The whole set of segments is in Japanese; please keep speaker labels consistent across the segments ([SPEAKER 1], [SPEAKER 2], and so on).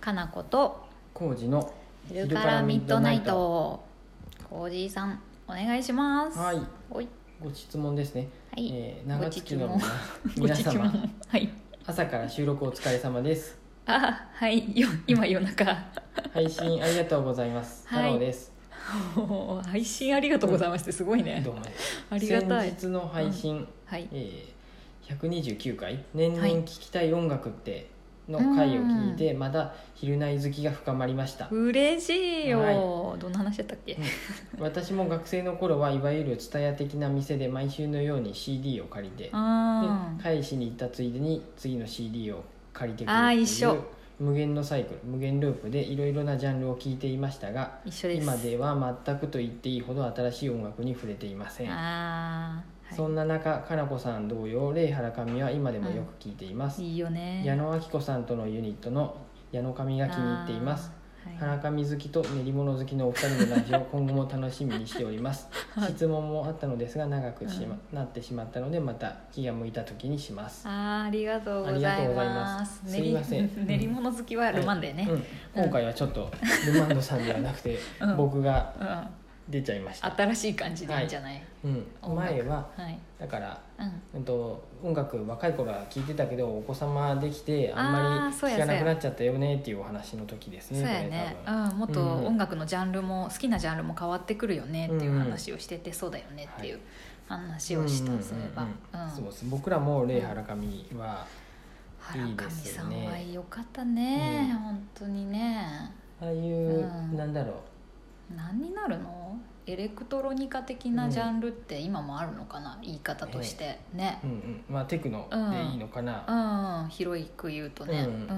[SPEAKER 1] 花子と
[SPEAKER 2] 工事の
[SPEAKER 1] 昼からミッドナイトコージーさんお願いします
[SPEAKER 2] はい
[SPEAKER 1] おい
[SPEAKER 2] ご質問ですね、
[SPEAKER 1] はい、
[SPEAKER 2] えー長月
[SPEAKER 1] ご
[SPEAKER 2] の
[SPEAKER 1] 質ご
[SPEAKER 2] 皆皆
[SPEAKER 1] 質問
[SPEAKER 2] 様
[SPEAKER 1] はい
[SPEAKER 2] 朝から収録お疲れ様です
[SPEAKER 1] あはいよ今夜中
[SPEAKER 2] 配信ありがとうございます
[SPEAKER 1] はい
[SPEAKER 2] 太郎です、
[SPEAKER 1] おー配信ありがとうございましてすごいね
[SPEAKER 2] どうもです
[SPEAKER 1] ありがたい
[SPEAKER 2] 先日の配信、
[SPEAKER 1] はい
[SPEAKER 2] えー129回「年々聴きたい音楽って」の回を聞いてまだ昼内好きが深まりました
[SPEAKER 1] 嬉しいよ、どんな話だったっけ、
[SPEAKER 2] 私も学生の頃はいわゆる蔦屋的な店で毎週のように CD を借りて
[SPEAKER 1] あ
[SPEAKER 2] で
[SPEAKER 1] ー
[SPEAKER 2] 返しに行ったついでに次の CD を借りてくる
[SPEAKER 1] あ
[SPEAKER 2] っ
[SPEAKER 1] ー
[SPEAKER 2] て
[SPEAKER 1] 一
[SPEAKER 2] いう
[SPEAKER 1] 緒
[SPEAKER 2] 無限のサイクル無限ループでいろいろなジャンルを聴いていましたが
[SPEAKER 1] 一緒です
[SPEAKER 2] 今では全くと言っていいほど新しい音楽に触れていません、
[SPEAKER 1] ああ、
[SPEAKER 2] そんな中かなこさん同様レイ・ハラカミは今でもよく聴いています、
[SPEAKER 1] い、いいよね
[SPEAKER 2] 矢野明子さんとのユニットの矢野神が気に入っていま
[SPEAKER 1] あ
[SPEAKER 2] す
[SPEAKER 1] ー、はい
[SPEAKER 2] 花神好きと練り物好きのお二人のラジオ今後も楽しみにしております
[SPEAKER 1] はい
[SPEAKER 2] 質問もあったのですが長くしま、なってしまったのでまた気が向いた時にします
[SPEAKER 1] あーありがとうご
[SPEAKER 2] あ
[SPEAKER 1] ざ
[SPEAKER 2] りが
[SPEAKER 1] い
[SPEAKER 2] とうござい
[SPEAKER 1] ま
[SPEAKER 2] ますす
[SPEAKER 1] 練り
[SPEAKER 2] すいません
[SPEAKER 1] 練り物好きはルマンだよね、
[SPEAKER 2] うん、今回はちょっとルマンドさんではなくて、
[SPEAKER 1] うん
[SPEAKER 2] 僕が
[SPEAKER 1] うん
[SPEAKER 2] 出ちゃいました、
[SPEAKER 1] 新しい感じでいいんじゃない、
[SPEAKER 2] うん、
[SPEAKER 1] 音楽
[SPEAKER 2] 前は
[SPEAKER 1] はい
[SPEAKER 2] だから、
[SPEAKER 1] うん、
[SPEAKER 2] うん、と音楽若い頃は聴いてたけどお子様できてあん
[SPEAKER 1] あ
[SPEAKER 2] ま
[SPEAKER 1] ー
[SPEAKER 2] り
[SPEAKER 1] そう
[SPEAKER 2] 聴
[SPEAKER 1] や
[SPEAKER 2] かなくなっちゃったよねっていうお話の時です
[SPEAKER 1] そう
[SPEAKER 2] ね
[SPEAKER 1] やね、
[SPEAKER 2] こ
[SPEAKER 1] う
[SPEAKER 2] れ
[SPEAKER 1] ん、もっと
[SPEAKER 2] うん
[SPEAKER 1] 音楽のジャンルも好きなジャンルも変わってくるよねっていう話をしてて、そうだよねっていう話
[SPEAKER 2] 多分
[SPEAKER 1] をした、
[SPEAKER 2] んんんん
[SPEAKER 1] そういえば、うん
[SPEAKER 2] そうです僕らもレイ・ハラカミは、
[SPEAKER 1] 原
[SPEAKER 2] いい
[SPEAKER 1] 上
[SPEAKER 2] です
[SPEAKER 1] さ
[SPEAKER 2] よ
[SPEAKER 1] ん
[SPEAKER 2] ね
[SPEAKER 1] はよかったね、
[SPEAKER 2] うん
[SPEAKER 1] 本当にね
[SPEAKER 2] ああいう、
[SPEAKER 1] うん
[SPEAKER 2] なんだろう
[SPEAKER 1] 何になるのエレクトロニカ的なジャンルって今もあるのかな言い方としてね、
[SPEAKER 2] うんうんまあテクノでいいのかな、
[SPEAKER 1] うん、広く言うとね、
[SPEAKER 2] う
[SPEAKER 1] うん
[SPEAKER 2] な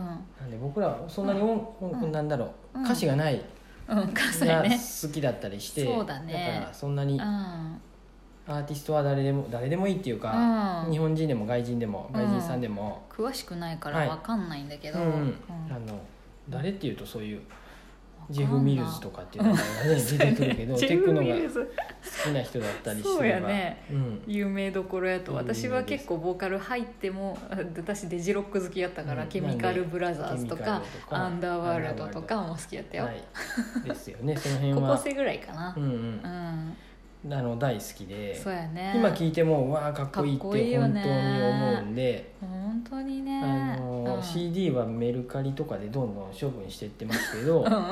[SPEAKER 2] んで僕らはそんなに音、
[SPEAKER 1] うん
[SPEAKER 2] 音なんだろう、
[SPEAKER 1] うん
[SPEAKER 2] 歌詞 がない
[SPEAKER 1] うん、関西
[SPEAKER 2] が
[SPEAKER 1] ね、
[SPEAKER 2] 好きだったりして、
[SPEAKER 1] そうだね
[SPEAKER 2] からそんな
[SPEAKER 1] う
[SPEAKER 2] に
[SPEAKER 1] ん、うん、
[SPEAKER 2] アーティストは誰でも誰でもいいっていうか、日本人でも外人でも外人さんでも、
[SPEAKER 1] 詳しくないからわかんないんだけ
[SPEAKER 2] う
[SPEAKER 1] ど、
[SPEAKER 2] んうん
[SPEAKER 1] うん
[SPEAKER 2] あの誰っていうとそうい
[SPEAKER 1] わ
[SPEAKER 2] う
[SPEAKER 1] かんない
[SPEAKER 2] ジェフ・ミルズとかっていうのが、ね、出てくるけど
[SPEAKER 1] ジ
[SPEAKER 2] テ
[SPEAKER 1] ェ
[SPEAKER 2] ク
[SPEAKER 1] フ
[SPEAKER 2] ノ
[SPEAKER 1] ミ
[SPEAKER 2] が
[SPEAKER 1] ル
[SPEAKER 2] 好
[SPEAKER 1] ズ
[SPEAKER 2] きな人だったりすれば
[SPEAKER 1] そうやね
[SPEAKER 2] うん、
[SPEAKER 1] 有名どころやと
[SPEAKER 2] 有名です
[SPEAKER 1] 私は結構ボーカル入ってもあ私デジロック好きやったから、
[SPEAKER 2] うん
[SPEAKER 1] ケミカルブラザーズと
[SPEAKER 2] な
[SPEAKER 1] か
[SPEAKER 2] んでケミカルとか
[SPEAKER 1] アンダーワールドとかも好きやったよ、
[SPEAKER 2] はい、ですよ ねその辺
[SPEAKER 1] 高校
[SPEAKER 2] は
[SPEAKER 1] 生ぐらいかな
[SPEAKER 2] う、ん
[SPEAKER 1] うん
[SPEAKER 2] うん、あの大好きで
[SPEAKER 1] そうやね
[SPEAKER 2] 今聞いてもうわあかっこいいっ
[SPEAKER 1] かっこいい
[SPEAKER 2] て
[SPEAKER 1] よ
[SPEAKER 2] 本当
[SPEAKER 1] ね
[SPEAKER 2] に思うんで、
[SPEAKER 1] 本当にね
[SPEAKER 2] あの
[SPEAKER 1] うん、
[SPEAKER 2] CD はメルカリとかでどんどん処分していってますけ ど
[SPEAKER 1] うんうんうん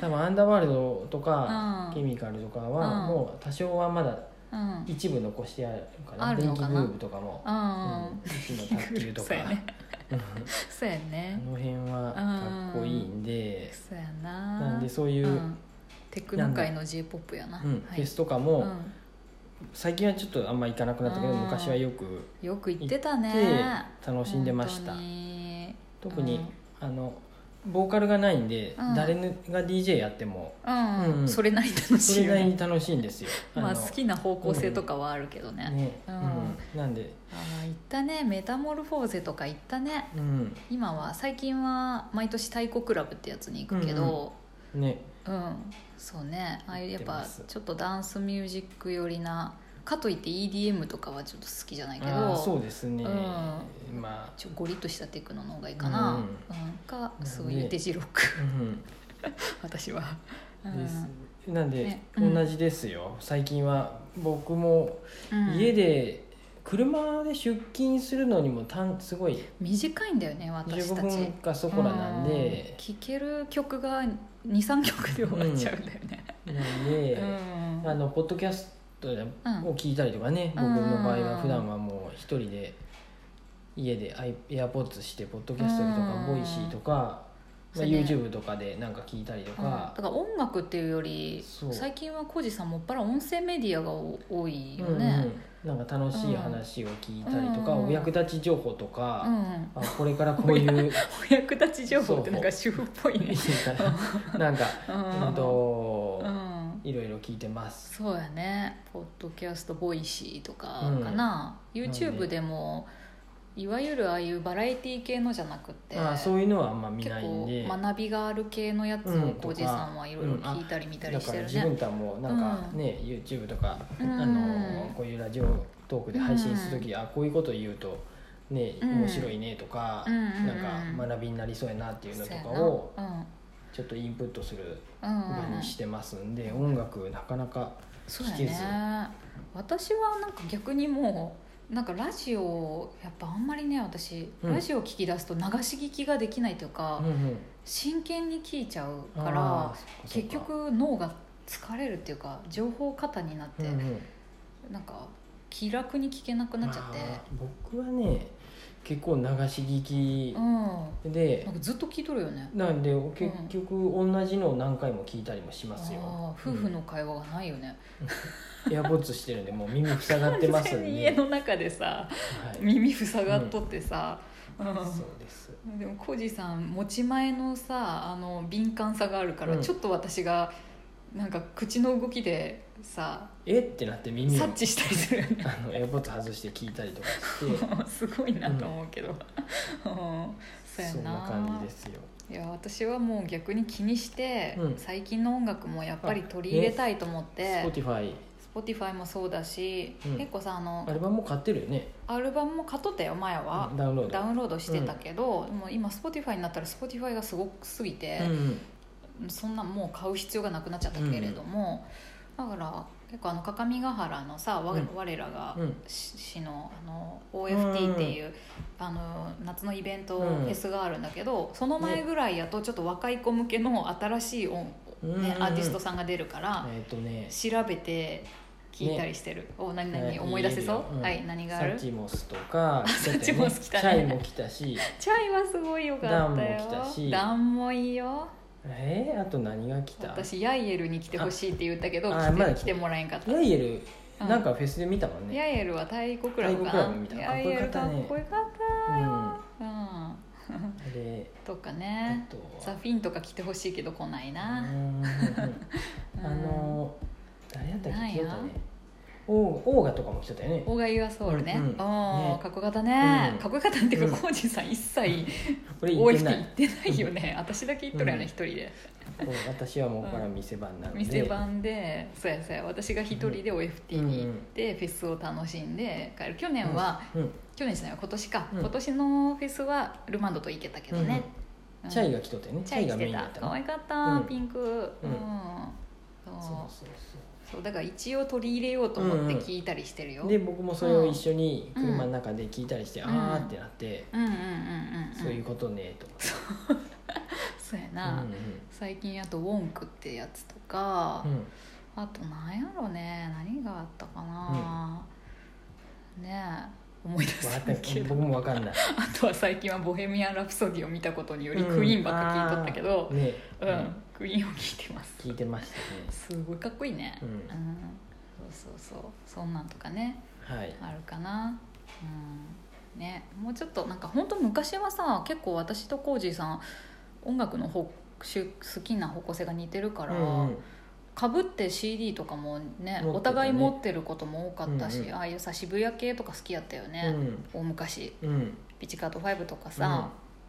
[SPEAKER 2] 多分アンダーワールドとか、
[SPEAKER 1] うん
[SPEAKER 2] ケミカルとかは、
[SPEAKER 1] うん
[SPEAKER 2] もう多少はまだ
[SPEAKER 1] うん
[SPEAKER 2] 一部残してあるかな
[SPEAKER 1] あるの
[SPEAKER 2] 電
[SPEAKER 1] か
[SPEAKER 2] 気
[SPEAKER 1] な
[SPEAKER 2] グーブとかも、
[SPEAKER 1] うん
[SPEAKER 2] 電気の卓球と
[SPEAKER 1] そ
[SPEAKER 2] か、
[SPEAKER 1] うやね
[SPEAKER 2] うん
[SPEAKER 1] そうや
[SPEAKER 2] あ
[SPEAKER 1] ね
[SPEAKER 2] の辺はかっこいいんで、
[SPEAKER 1] そうやな
[SPEAKER 2] なんでそういう、う
[SPEAKER 1] うんんテクノ界の j p o p やな、は
[SPEAKER 2] フェ
[SPEAKER 1] い
[SPEAKER 2] スとかも、
[SPEAKER 1] うん
[SPEAKER 2] 最近はちょっとあんま行かなくなったけど、
[SPEAKER 1] うん
[SPEAKER 2] 昔はよく
[SPEAKER 1] よく行ってた
[SPEAKER 2] 行っ
[SPEAKER 1] ね
[SPEAKER 2] て楽しんでました
[SPEAKER 1] 本当に
[SPEAKER 2] 特に、
[SPEAKER 1] うん
[SPEAKER 2] あのボーカルがないんで、
[SPEAKER 1] うん
[SPEAKER 2] 誰が DJ やっても
[SPEAKER 1] うん、
[SPEAKER 2] うん
[SPEAKER 1] それなりに楽
[SPEAKER 2] そ
[SPEAKER 1] しい
[SPEAKER 2] れ
[SPEAKER 1] よ
[SPEAKER 2] なり
[SPEAKER 1] ね
[SPEAKER 2] に楽しいんですよ
[SPEAKER 1] まあ
[SPEAKER 2] の
[SPEAKER 1] 好きな方向性とかはあるけどね,、
[SPEAKER 2] ね、
[SPEAKER 1] う
[SPEAKER 2] うんんなんで、
[SPEAKER 1] ああ行ったねメタモルフォーゼとか行ったね
[SPEAKER 2] うん
[SPEAKER 1] 今は最近は毎年太鼓クラブってやつに行くけど
[SPEAKER 2] ね
[SPEAKER 1] うん、そうねああいうやっ
[SPEAKER 2] 行って
[SPEAKER 1] ぱ
[SPEAKER 2] ます
[SPEAKER 1] ちょっとダンスミュージック寄りなかといって EDM とかはちょっと好きじゃないけ
[SPEAKER 2] あ
[SPEAKER 1] ど
[SPEAKER 2] ーそうですね、
[SPEAKER 1] うん
[SPEAKER 2] まあ、
[SPEAKER 1] ちょゴリッとしたテクノの方がいいかな、うんか
[SPEAKER 2] ね
[SPEAKER 1] そういうデジロック
[SPEAKER 2] う、
[SPEAKER 1] 私は、うん
[SPEAKER 2] です
[SPEAKER 1] ん、
[SPEAKER 2] なんで、
[SPEAKER 1] ねうん
[SPEAKER 2] 同じですよ最近は僕も
[SPEAKER 1] うん
[SPEAKER 2] 家で車で出勤するのにもたんすごい
[SPEAKER 1] 短いんだよね私
[SPEAKER 2] 15
[SPEAKER 1] たち
[SPEAKER 2] 分かそこらなんで、
[SPEAKER 1] 聴ける曲が23曲で終わっちゃうんだよね、
[SPEAKER 2] なんで、
[SPEAKER 1] うん
[SPEAKER 2] あのポッドキャストを聞いたりとかね、
[SPEAKER 1] うん
[SPEAKER 2] 僕の場合は普段はもう一人で家でアイ AirPods してポッドキャストとか、
[SPEAKER 1] うん
[SPEAKER 2] ボイシーとか、
[SPEAKER 1] そ
[SPEAKER 2] まあ、
[SPEAKER 1] うね
[SPEAKER 2] YouTube とかでなんか聞いたりと
[SPEAKER 1] うんだ
[SPEAKER 2] か
[SPEAKER 1] か、ら音楽っていうより
[SPEAKER 2] そう
[SPEAKER 1] 最近は浩司さんもっぱら音声メディアがお多いよ
[SPEAKER 2] うん
[SPEAKER 1] ね、
[SPEAKER 2] うんなんか楽しい話を聞いたりとか、
[SPEAKER 1] うん
[SPEAKER 2] お役立ち情報とか、
[SPEAKER 1] うん
[SPEAKER 2] あこれからこ う いう
[SPEAKER 1] お役立ち情報ってなんか主婦っぽい ね
[SPEAKER 2] なんか、
[SPEAKER 1] う
[SPEAKER 2] うん
[SPEAKER 1] ん、
[SPEAKER 2] と
[SPEAKER 1] うん
[SPEAKER 2] いろいろ聞いてます。
[SPEAKER 1] そうやねポッドキャストボイシーとかかな、
[SPEAKER 2] ん
[SPEAKER 1] YouTube でもいわゆるああいうバラエティ系のじゃなくて
[SPEAKER 2] まあそういうのはあんま見
[SPEAKER 1] 結
[SPEAKER 2] ないん
[SPEAKER 1] 構
[SPEAKER 2] で。
[SPEAKER 1] 学びがある系のやつ
[SPEAKER 2] う
[SPEAKER 1] を
[SPEAKER 2] ん
[SPEAKER 1] 浩司さんはいろいろ聞いたり見たり
[SPEAKER 2] だ
[SPEAKER 1] し
[SPEAKER 2] か
[SPEAKER 1] て
[SPEAKER 2] ら
[SPEAKER 1] る
[SPEAKER 2] 自
[SPEAKER 1] ね
[SPEAKER 2] 分たちもなんかね、YouTube とか、
[SPEAKER 1] うん
[SPEAKER 2] あのこういうラジオトークで配信する時、あこういうこと言うとね、
[SPEAKER 1] うん
[SPEAKER 2] 面白いねとか、
[SPEAKER 1] うんうんうん
[SPEAKER 2] なんか学びになりそうやなっていうのとかを
[SPEAKER 1] そうやな
[SPEAKER 2] ちょっとインプットする
[SPEAKER 1] うんうんうん
[SPEAKER 2] よう
[SPEAKER 1] うん
[SPEAKER 2] にしてますんで、音楽なかなか
[SPEAKER 1] そうや
[SPEAKER 2] 聞けず
[SPEAKER 1] ね私はなんか逆にもうなんかラジオやっぱあんまりね私、
[SPEAKER 2] うん
[SPEAKER 1] ラジオ聞き出すと流し聞きができないというか、
[SPEAKER 2] うんうん
[SPEAKER 1] 真剣に聞いちゃうか
[SPEAKER 2] あ
[SPEAKER 1] ら
[SPEAKER 2] ーそっかそっか
[SPEAKER 1] 結局脳が疲れるっていうか情報過多になって、
[SPEAKER 2] うんうん
[SPEAKER 1] なんか気楽に聞けなくなっちゃって
[SPEAKER 2] あー僕はね結構流し聞き
[SPEAKER 1] うん
[SPEAKER 2] で
[SPEAKER 1] なん、かずっと聞いとるよね
[SPEAKER 2] なんで結局同じのを何回も聞いたりもしますよ、
[SPEAKER 1] あー夫婦の会話がないよね、
[SPEAKER 2] エアポッツしてるんでもう耳塞がってますん
[SPEAKER 1] 完全
[SPEAKER 2] で
[SPEAKER 1] に 家の中でさ
[SPEAKER 2] はい、
[SPEAKER 1] 耳塞がっとってさ、うん
[SPEAKER 2] そうです
[SPEAKER 1] でも浩二さん持ち前のさあの敏感さがあるから、
[SPEAKER 2] うん
[SPEAKER 1] ちょっと私がなんか口の動きでさ
[SPEAKER 2] えってなって耳を
[SPEAKER 1] 察知したりす るよね
[SPEAKER 2] あのエアポッツ外して聞いたりと かして
[SPEAKER 1] すごいなと思うけど、 うん、そうや
[SPEAKER 2] そんな
[SPEAKER 1] な
[SPEAKER 2] 感じですよ
[SPEAKER 1] いや私はもう逆に気にして、
[SPEAKER 2] うん
[SPEAKER 1] 最近の音楽もやっぱり取り入れたいと思って、
[SPEAKER 2] Spotify
[SPEAKER 1] Spotify もそうだし、
[SPEAKER 2] うん
[SPEAKER 1] 結構さあの
[SPEAKER 2] アルバムも買ってるよね
[SPEAKER 1] アルバムも買っとったよ前は、
[SPEAKER 2] ダウンロード
[SPEAKER 1] ダウンロードしてたけど、もう今 Spotify になったら Spotify がすごくすぎて、
[SPEAKER 2] うん
[SPEAKER 1] そんなもう買う必要がなくなっちゃったけれども、だから結構あの各務原のさ、わ
[SPEAKER 2] うん
[SPEAKER 1] 我らが
[SPEAKER 2] うん
[SPEAKER 1] し市のあの OFT っていう、あの夏のイベント、
[SPEAKER 2] うん
[SPEAKER 1] フェスがあるんだけどその前ぐらいやとちょっと若い子向けの新しい音、
[SPEAKER 2] うんうん
[SPEAKER 1] ね
[SPEAKER 2] うん
[SPEAKER 1] アーティストさんが出るから、
[SPEAKER 2] えっ、とね
[SPEAKER 1] 調べて聞いたりしてる、お何何、
[SPEAKER 2] ね
[SPEAKER 1] 思い出せそう、
[SPEAKER 2] 言えるようん
[SPEAKER 1] はい何があ
[SPEAKER 2] サ
[SPEAKER 1] る
[SPEAKER 2] チモスとか
[SPEAKER 1] サチモス来たね
[SPEAKER 2] チャイも来たし
[SPEAKER 1] チャイはすごいよかったよ
[SPEAKER 2] ダンも来たし
[SPEAKER 1] ダンもいいよ
[SPEAKER 2] えー、あと何が来た
[SPEAKER 1] 私ヤイエルに来てほしいって言ったけど
[SPEAKER 2] あ
[SPEAKER 1] 来
[SPEAKER 2] あ
[SPEAKER 1] て,、
[SPEAKER 2] まだ
[SPEAKER 1] 来てもらえんかった、
[SPEAKER 2] ヤイエル、
[SPEAKER 1] うん
[SPEAKER 2] なんかフェスで見たもんね
[SPEAKER 1] ヤイエルは太鼓クラブか
[SPEAKER 2] 太鼓クラブみた
[SPEAKER 1] ない
[SPEAKER 2] な
[SPEAKER 1] ヤイエルか
[SPEAKER 2] か
[SPEAKER 1] っ
[SPEAKER 2] っ
[SPEAKER 1] こ
[SPEAKER 2] こ
[SPEAKER 1] よかったうん、
[SPEAKER 2] うんで
[SPEAKER 1] とか
[SPEAKER 2] あ
[SPEAKER 1] ね
[SPEAKER 2] と
[SPEAKER 1] ザフィンとか来てほしいけど来ないな、
[SPEAKER 2] あの誰やったっけ
[SPEAKER 1] ない
[SPEAKER 2] 来て
[SPEAKER 1] よ
[SPEAKER 2] たねオーオーガとかも来てたよね
[SPEAKER 1] オーガイワソウルね、
[SPEAKER 2] うんうん
[SPEAKER 1] おー
[SPEAKER 2] ね
[SPEAKER 1] かっこよかったね、
[SPEAKER 2] うん
[SPEAKER 1] かっこよかったっていう
[SPEAKER 2] う
[SPEAKER 1] か
[SPEAKER 2] ん
[SPEAKER 1] コージさん一切
[SPEAKER 2] これ
[SPEAKER 1] OFT
[SPEAKER 2] 行っ
[SPEAKER 1] 行
[SPEAKER 2] てない
[SPEAKER 1] ってないよね私だけ行っとるよね
[SPEAKER 2] うん
[SPEAKER 1] 一人で
[SPEAKER 2] こ う私はもうこれは店番なんで、
[SPEAKER 1] 店番でそうやそうや私が一人で OFT に行ってフェスを楽しんで帰る去年は、
[SPEAKER 2] うん、
[SPEAKER 1] 去年じゃない今年か、
[SPEAKER 2] うん
[SPEAKER 1] 今年のフェスはルマンドと行けたけどね、うん
[SPEAKER 2] チャイが来とってね
[SPEAKER 1] チャイ
[SPEAKER 2] が
[SPEAKER 1] して
[SPEAKER 2] にな
[SPEAKER 1] た
[SPEAKER 2] った
[SPEAKER 1] 可愛かった、
[SPEAKER 2] うん
[SPEAKER 1] ピンクう、
[SPEAKER 2] うんんそう
[SPEAKER 1] そう
[SPEAKER 2] そうそ
[SPEAKER 1] そうだから一応取り入れようと思って
[SPEAKER 2] うんうん
[SPEAKER 1] 聞いたりしてるよ、う
[SPEAKER 2] う
[SPEAKER 1] ん、
[SPEAKER 2] で
[SPEAKER 1] うん
[SPEAKER 2] 僕もそれを一緒に
[SPEAKER 1] うん
[SPEAKER 2] 車の中で聞いたりして、
[SPEAKER 1] うん
[SPEAKER 2] あーってなって、
[SPEAKER 1] うんうんうんん
[SPEAKER 2] そういうことねと
[SPEAKER 1] そうや
[SPEAKER 2] か、
[SPEAKER 1] な、
[SPEAKER 2] うん
[SPEAKER 1] 最近あとウォンクってやつとか、
[SPEAKER 2] うんうん
[SPEAKER 1] あとなんやろね何があったかな、ねえ思い出
[SPEAKER 2] わか
[SPEAKER 1] せ
[SPEAKER 2] った
[SPEAKER 1] んけ ど
[SPEAKER 2] 僕もわかんない
[SPEAKER 1] あとは最近は「ボヘミアン・ラプソディ」を見たことにより
[SPEAKER 2] うん
[SPEAKER 1] クイーンばっか聞いとったけど、
[SPEAKER 2] ね、
[SPEAKER 1] うんクイーンを聞いてます
[SPEAKER 2] 聞いてました
[SPEAKER 1] すごいかっこいいね
[SPEAKER 2] ね、
[SPEAKER 1] うん、そうそうそうそんなんとかね
[SPEAKER 2] うん、はい
[SPEAKER 1] あるかなうんねもうちょっとなんか本当昔はさ結構私とコージーさん音楽の方し好きな方向性が似てるから、
[SPEAKER 2] うんうん
[SPEAKER 1] かぶって CD とかもね
[SPEAKER 2] 持ってたね
[SPEAKER 1] お互い持ってることも多かったし、
[SPEAKER 2] うんうん
[SPEAKER 1] ああいうさ渋谷系とか好きやったよね、大昔
[SPEAKER 2] うんうん
[SPEAKER 1] ピチカート5とかさ、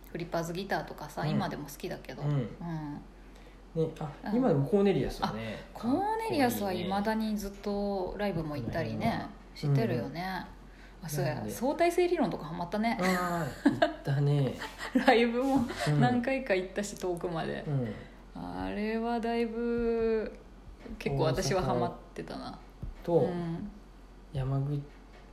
[SPEAKER 1] フリッパーズギターとかさ、
[SPEAKER 2] うん
[SPEAKER 1] 今でも好きだけど、
[SPEAKER 2] うん
[SPEAKER 1] うん
[SPEAKER 2] ね、あ、
[SPEAKER 1] うん
[SPEAKER 2] 今でもコーネリアスはね
[SPEAKER 1] コーネリアスはいい
[SPEAKER 2] ま
[SPEAKER 1] まだにずっとライブも行ったりね知
[SPEAKER 2] うん
[SPEAKER 1] ってるよね、あそうや
[SPEAKER 2] なんで
[SPEAKER 1] 相対性理論とかハマったね
[SPEAKER 2] ああ行っ たね
[SPEAKER 1] ライブも
[SPEAKER 2] うん
[SPEAKER 1] 何回か行ったし遠くまで
[SPEAKER 2] う、ん
[SPEAKER 1] あれはだいぶ結構私はハマってたな、
[SPEAKER 2] と、
[SPEAKER 1] うん、
[SPEAKER 2] 山口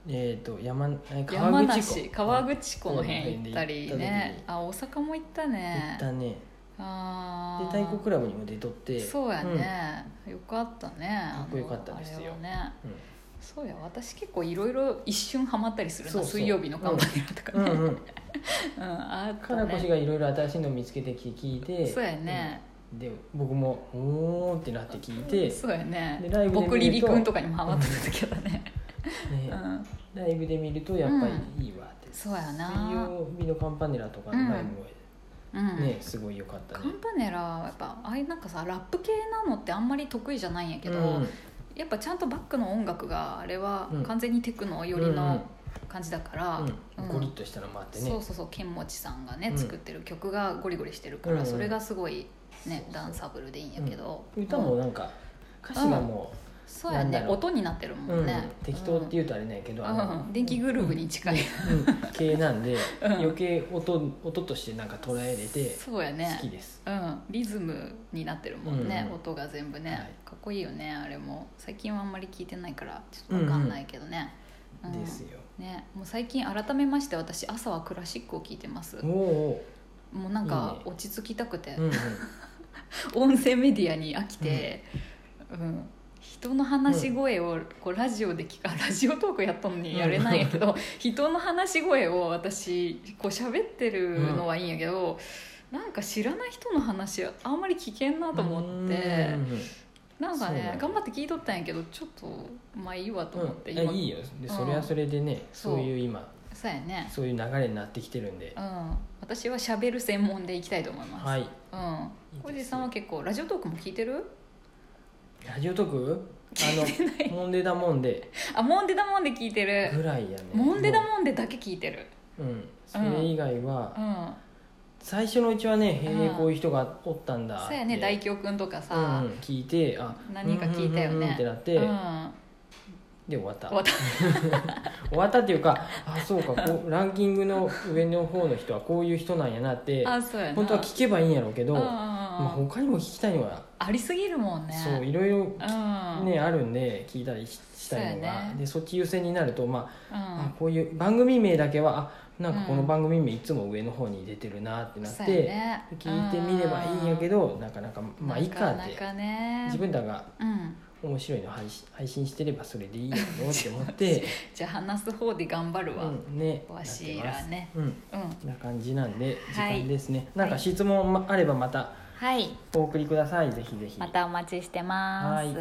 [SPEAKER 2] えっ、と山え
[SPEAKER 1] 山
[SPEAKER 2] 川口
[SPEAKER 1] 梨
[SPEAKER 2] 湖
[SPEAKER 1] 川口湖の
[SPEAKER 2] うん
[SPEAKER 1] 辺行ったりねあ大阪も行った
[SPEAKER 2] 行
[SPEAKER 1] ね
[SPEAKER 2] ったね
[SPEAKER 1] あ
[SPEAKER 2] で
[SPEAKER 1] ー
[SPEAKER 2] 太鼓クラブにも出とって
[SPEAKER 1] そうやね、よかったね
[SPEAKER 2] かっこよかったですよ
[SPEAKER 1] あのあれはね
[SPEAKER 2] うん、
[SPEAKER 1] そうや私結構いろいろ一瞬ハマったりするな
[SPEAKER 2] そうそう
[SPEAKER 1] 水曜日のカンパネラとか
[SPEAKER 2] うん
[SPEAKER 1] ね、
[SPEAKER 2] うん
[SPEAKER 1] うんあった
[SPEAKER 2] からこし
[SPEAKER 1] ね
[SPEAKER 2] がいろいろ新しいのを見つけて聞いて
[SPEAKER 1] そうやね、
[SPEAKER 2] うんで僕も「おー」ってなって聞いて、
[SPEAKER 1] そうやね
[SPEAKER 2] でライブで見ると
[SPEAKER 1] ぼくりりくんとかにもハマってたけどね、う
[SPEAKER 2] ね
[SPEAKER 1] ん、
[SPEAKER 2] ライブで見るとやっぱりいいわって、
[SPEAKER 1] そうやな
[SPEAKER 2] 水曜日のカンパネラとかのライブも、
[SPEAKER 1] うん
[SPEAKER 2] ねすごい良かった
[SPEAKER 1] カ
[SPEAKER 2] ね
[SPEAKER 1] ンパネラはやっぱああいうなんかさラップ系なのってあんまり得意じゃないんやけど、
[SPEAKER 2] うん
[SPEAKER 1] やっぱちゃんとバックの音楽があれは
[SPEAKER 2] うん
[SPEAKER 1] 完全にテクノ寄りの感じだから、
[SPEAKER 2] うん
[SPEAKER 1] うん
[SPEAKER 2] ゴリッとしたのもあってね
[SPEAKER 1] そうそうそう剣持さんがね
[SPEAKER 2] うん
[SPEAKER 1] 作ってる曲がゴリゴリしてるから、
[SPEAKER 2] うんうん
[SPEAKER 1] それがすごいね
[SPEAKER 2] そうそう
[SPEAKER 1] ダンサブルでいいんやけど、
[SPEAKER 2] 歌もなんか歌詞がもう
[SPEAKER 1] そうや
[SPEAKER 2] なんだ
[SPEAKER 1] ね
[SPEAKER 2] ろう
[SPEAKER 1] 音になってるもんね、
[SPEAKER 2] うん、適当って言うとあれないけど、あの
[SPEAKER 1] うん電気グルーブに近い、
[SPEAKER 2] うん、系なんで、
[SPEAKER 1] うん
[SPEAKER 2] 余計音音としてなんか捉えれて
[SPEAKER 1] そうやね
[SPEAKER 2] 好きです、
[SPEAKER 1] うん、リズムになってるもんね、
[SPEAKER 2] うん
[SPEAKER 1] 音が全部ね、
[SPEAKER 2] はい
[SPEAKER 1] かっこいいよねあれも最近はあんまり聞いてないからちょっと分かんないけどね、うん
[SPEAKER 2] ですよ
[SPEAKER 1] ね、もう最近改めまして私朝はクラシックを聞いてます
[SPEAKER 2] おお
[SPEAKER 1] もうなんか
[SPEAKER 2] いいね
[SPEAKER 1] 落ち着きたくて
[SPEAKER 2] ー、うんうん、
[SPEAKER 1] 音声メディアに飽きて、うん人の話し声をこうラジオで聞かラジオトークやったのにやれないんやけど、 人の話し声を私こう喋ってるのはいいんやけど、なんか知らない人の話あんまり聞けんなと思って、なんか
[SPEAKER 2] そうな
[SPEAKER 1] ね
[SPEAKER 2] の
[SPEAKER 1] 頑張って聞いとったんやけどちょっとまあいいわと
[SPEAKER 2] うんうん
[SPEAKER 1] 思って、
[SPEAKER 2] いやいいよでそれはそれでね、
[SPEAKER 1] そう
[SPEAKER 2] そういう今
[SPEAKER 1] そうやね、
[SPEAKER 2] そういう流れになってきてるんで
[SPEAKER 1] う、ん、私は喋る専門でいきたいと思います、
[SPEAKER 2] はい
[SPEAKER 1] うん、小路さんは結構ラジオトークも聞いてる
[SPEAKER 2] ラジオトーク
[SPEAKER 1] 聞いてな
[SPEAKER 2] あ
[SPEAKER 1] い
[SPEAKER 2] のモンデダモンデ
[SPEAKER 1] あモンデダモンデ聞いてる
[SPEAKER 2] ぐらいやね
[SPEAKER 1] モンデダモンデだけ聞いてる
[SPEAKER 2] ンうんそれ以外は、
[SPEAKER 1] うん
[SPEAKER 2] 最初のうちはねへえ
[SPEAKER 1] うん
[SPEAKER 2] こういう人がおったんだ
[SPEAKER 1] そうやね大京くんとか
[SPEAKER 2] うん
[SPEAKER 1] さ、
[SPEAKER 2] うん聞いてあ
[SPEAKER 1] 何か聞いたよね
[SPEAKER 2] うんうんうんってなっ
[SPEAKER 1] う
[SPEAKER 2] て、
[SPEAKER 1] んうん、
[SPEAKER 2] で終わった
[SPEAKER 1] 終わった
[SPEAKER 2] 終わったっていうかあそうかこうランキングの上の方の人はこういう人なんやなって
[SPEAKER 1] あそうやな
[SPEAKER 2] 本当は聞けばいいんやろうけど、
[SPEAKER 1] うんうんうん
[SPEAKER 2] まあ、他にも聞きたいのが、
[SPEAKER 1] ありすぎるもんね
[SPEAKER 2] そういろいろ、ね
[SPEAKER 1] うん、
[SPEAKER 2] あるんで聞いたりししたいの
[SPEAKER 1] そう
[SPEAKER 2] が
[SPEAKER 1] やね
[SPEAKER 2] でそっち優先になると、ま
[SPEAKER 1] う
[SPEAKER 2] あ
[SPEAKER 1] ん
[SPEAKER 2] あこういう番組名だけはあなんかこ
[SPEAKER 1] う
[SPEAKER 2] の
[SPEAKER 1] ん
[SPEAKER 2] 番組名いつも上の方に出てるなってなって、
[SPEAKER 1] そうやね
[SPEAKER 2] 聞いてみればいいんやけ
[SPEAKER 1] ど
[SPEAKER 2] ど、なかなかまあいいかって
[SPEAKER 1] なかなかね
[SPEAKER 2] 自分らが
[SPEAKER 1] うん、
[SPEAKER 2] 面白いの配信配信してればそれでいいやろうって思 って、
[SPEAKER 1] じゃあ話す方で頑張るわ、
[SPEAKER 2] うん、ね
[SPEAKER 1] わしらね
[SPEAKER 2] なってますうん
[SPEAKER 1] うん
[SPEAKER 2] こんな感じなんで時
[SPEAKER 1] はい
[SPEAKER 2] 間ですね、なんか質問まあればまた
[SPEAKER 1] はい
[SPEAKER 2] お送りくださいぜひぜひ
[SPEAKER 1] またお待ちしてます、